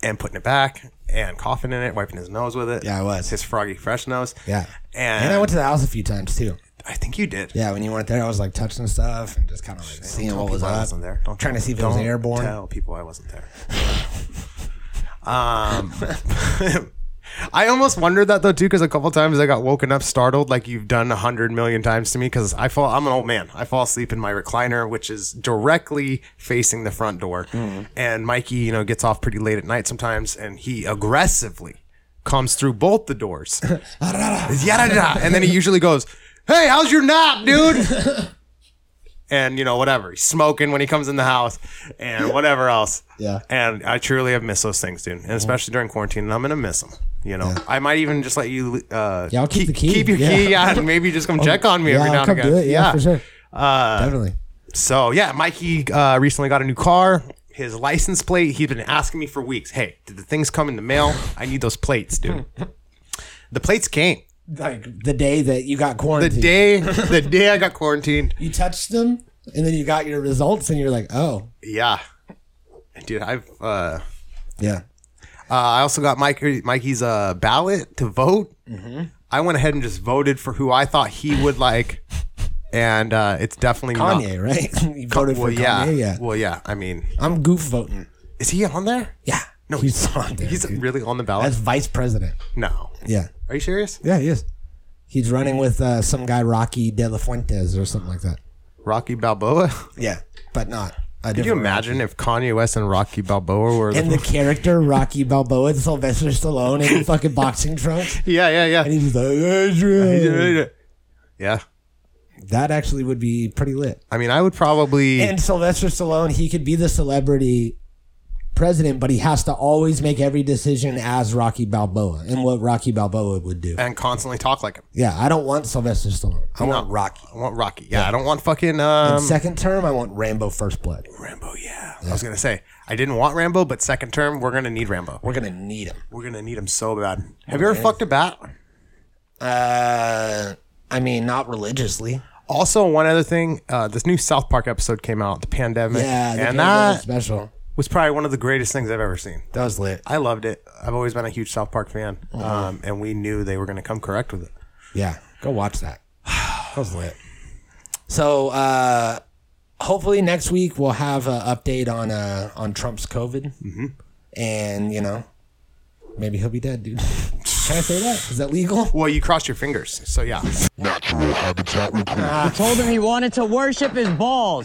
Speaker 6: and putting it back and coughing in it, wiping his nose with it.
Speaker 4: Yeah, I was.
Speaker 6: His froggy fresh nose.
Speaker 4: Yeah.
Speaker 6: And,
Speaker 4: And I went to the house a few times too.
Speaker 6: I think you did.
Speaker 4: Yeah, when you weren't there, I was like touching stuff and just kind of like seeing
Speaker 6: Tell
Speaker 4: what was
Speaker 6: people I
Speaker 4: up.
Speaker 6: wasn't there. Don't
Speaker 4: trying to
Speaker 6: tell-
Speaker 4: see if it was
Speaker 6: don't
Speaker 4: airborne.
Speaker 6: Tell people I wasn't there. um, I almost wondered that though too, because a couple times I got woken up startled, like you've done a hundred million times to me. Because I fall, I'm an old man. I fall asleep in my recliner, which is directly facing the front door.
Speaker 4: Mm-hmm.
Speaker 6: And Mikey, you know, gets off pretty late at night sometimes, and he aggressively comes through both the doors. Yada, yada, yada. and then he usually goes, "Hey, how's your nap, dude?" and you know whatever. He's smoking when he comes in the house, and whatever else.
Speaker 4: Yeah.
Speaker 6: And I truly have missed those things, dude, and especially during quarantine. And I'm gonna miss them. You know, I might even just let you. Uh,
Speaker 4: Yeah, I'll keep the key.
Speaker 6: Keep your
Speaker 4: Yeah. Oh,
Speaker 6: key, yeah, and maybe just come check on me
Speaker 4: yeah,
Speaker 6: every
Speaker 4: I'll
Speaker 6: now and
Speaker 4: come
Speaker 6: again.
Speaker 4: do it. Yeah, for sure.
Speaker 6: Uh,
Speaker 4: Definitely.
Speaker 6: So yeah, Mikey uh, recently got a new car. His license plate. He's been asking me for weeks. Hey, did the things come in the mail? I need those plates, dude. the plates came
Speaker 4: Like the day that you got
Speaker 6: the
Speaker 4: quarantined,
Speaker 6: day the day I got quarantined.
Speaker 4: you touched them, and then you got your results, and you're like, oh,
Speaker 6: Yeah, dude. I've uh, uh,
Speaker 4: yeah.
Speaker 6: I also got Mike Mikey's uh, ballot to vote.
Speaker 4: Mm-hmm.
Speaker 6: I went ahead and just voted for who I thought he would like, and uh, it's definitely not-
Speaker 4: Kanye, right? you voted for
Speaker 6: Well, yeah.
Speaker 4: Kanye. Yeah.
Speaker 6: Well, yeah. I mean,
Speaker 4: I'm goof voting.
Speaker 6: is he on there?
Speaker 4: Yeah.
Speaker 6: No,
Speaker 4: he's on there.
Speaker 6: He's
Speaker 4: dude.
Speaker 6: really on the ballot.
Speaker 4: That's vice president.
Speaker 6: no.
Speaker 4: Yeah.
Speaker 6: Are you serious?
Speaker 4: Yeah, he is. He's running with uh, some guy, Rocky De La Fuentes, or something like that.
Speaker 6: Rocky Balboa.
Speaker 4: Yeah, but not. a
Speaker 6: Could you
Speaker 4: different
Speaker 6: imagine if Kanye West and Rocky Balboa were?
Speaker 4: Rocky. And the character Rocky Balboa, and Sylvester Stallone in fucking boxing trunks,
Speaker 6: yeah, yeah, yeah.
Speaker 4: and he's just like, "Adrian."
Speaker 6: Yeah.
Speaker 4: that actually would be pretty lit.
Speaker 6: I mean, I would probably.
Speaker 4: And Sylvester Stallone, he could be the celebrity president, but he has to always make every decision as Rocky Balboa and what Rocky Balboa would do.
Speaker 6: and constantly talk like him.
Speaker 4: Yeah, I don't want Sylvester Stallone. I want Rocky.
Speaker 6: I want Rocky. Yeah, I don't want fucking um,
Speaker 4: And second term, I want Rambo First Blood.
Speaker 6: Rambo. Yeah. I was gonna say I didn't want Rambo, but second term we're gonna need Rambo.
Speaker 4: We're gonna need him.
Speaker 6: We're gonna need him so bad. Have you ever fucked a bat?
Speaker 4: Uh, I mean, not religiously.
Speaker 6: Also, one other thing, uh, this new South Park episode came out, the pandemic,
Speaker 4: Yeah, the
Speaker 6: and
Speaker 4: Big Brother
Speaker 6: that
Speaker 4: special.
Speaker 6: was probably one of the greatest things I've ever seen.
Speaker 4: That was lit.
Speaker 6: I loved it. I've always been a huge South Park fan,
Speaker 4: Uh-huh.
Speaker 6: um, and we knew they were gonna come correct with it.
Speaker 4: Yeah, go watch that. That was lit. So, uh, hopefully next week we'll have an update on uh, on Trump's COVID, and you know, maybe he'll be dead, dude. Can I say that? Is that legal?
Speaker 6: Well, you crossed your fingers, so yeah.
Speaker 1: Natural habitat report.
Speaker 11: Told him he wanted to worship his balls.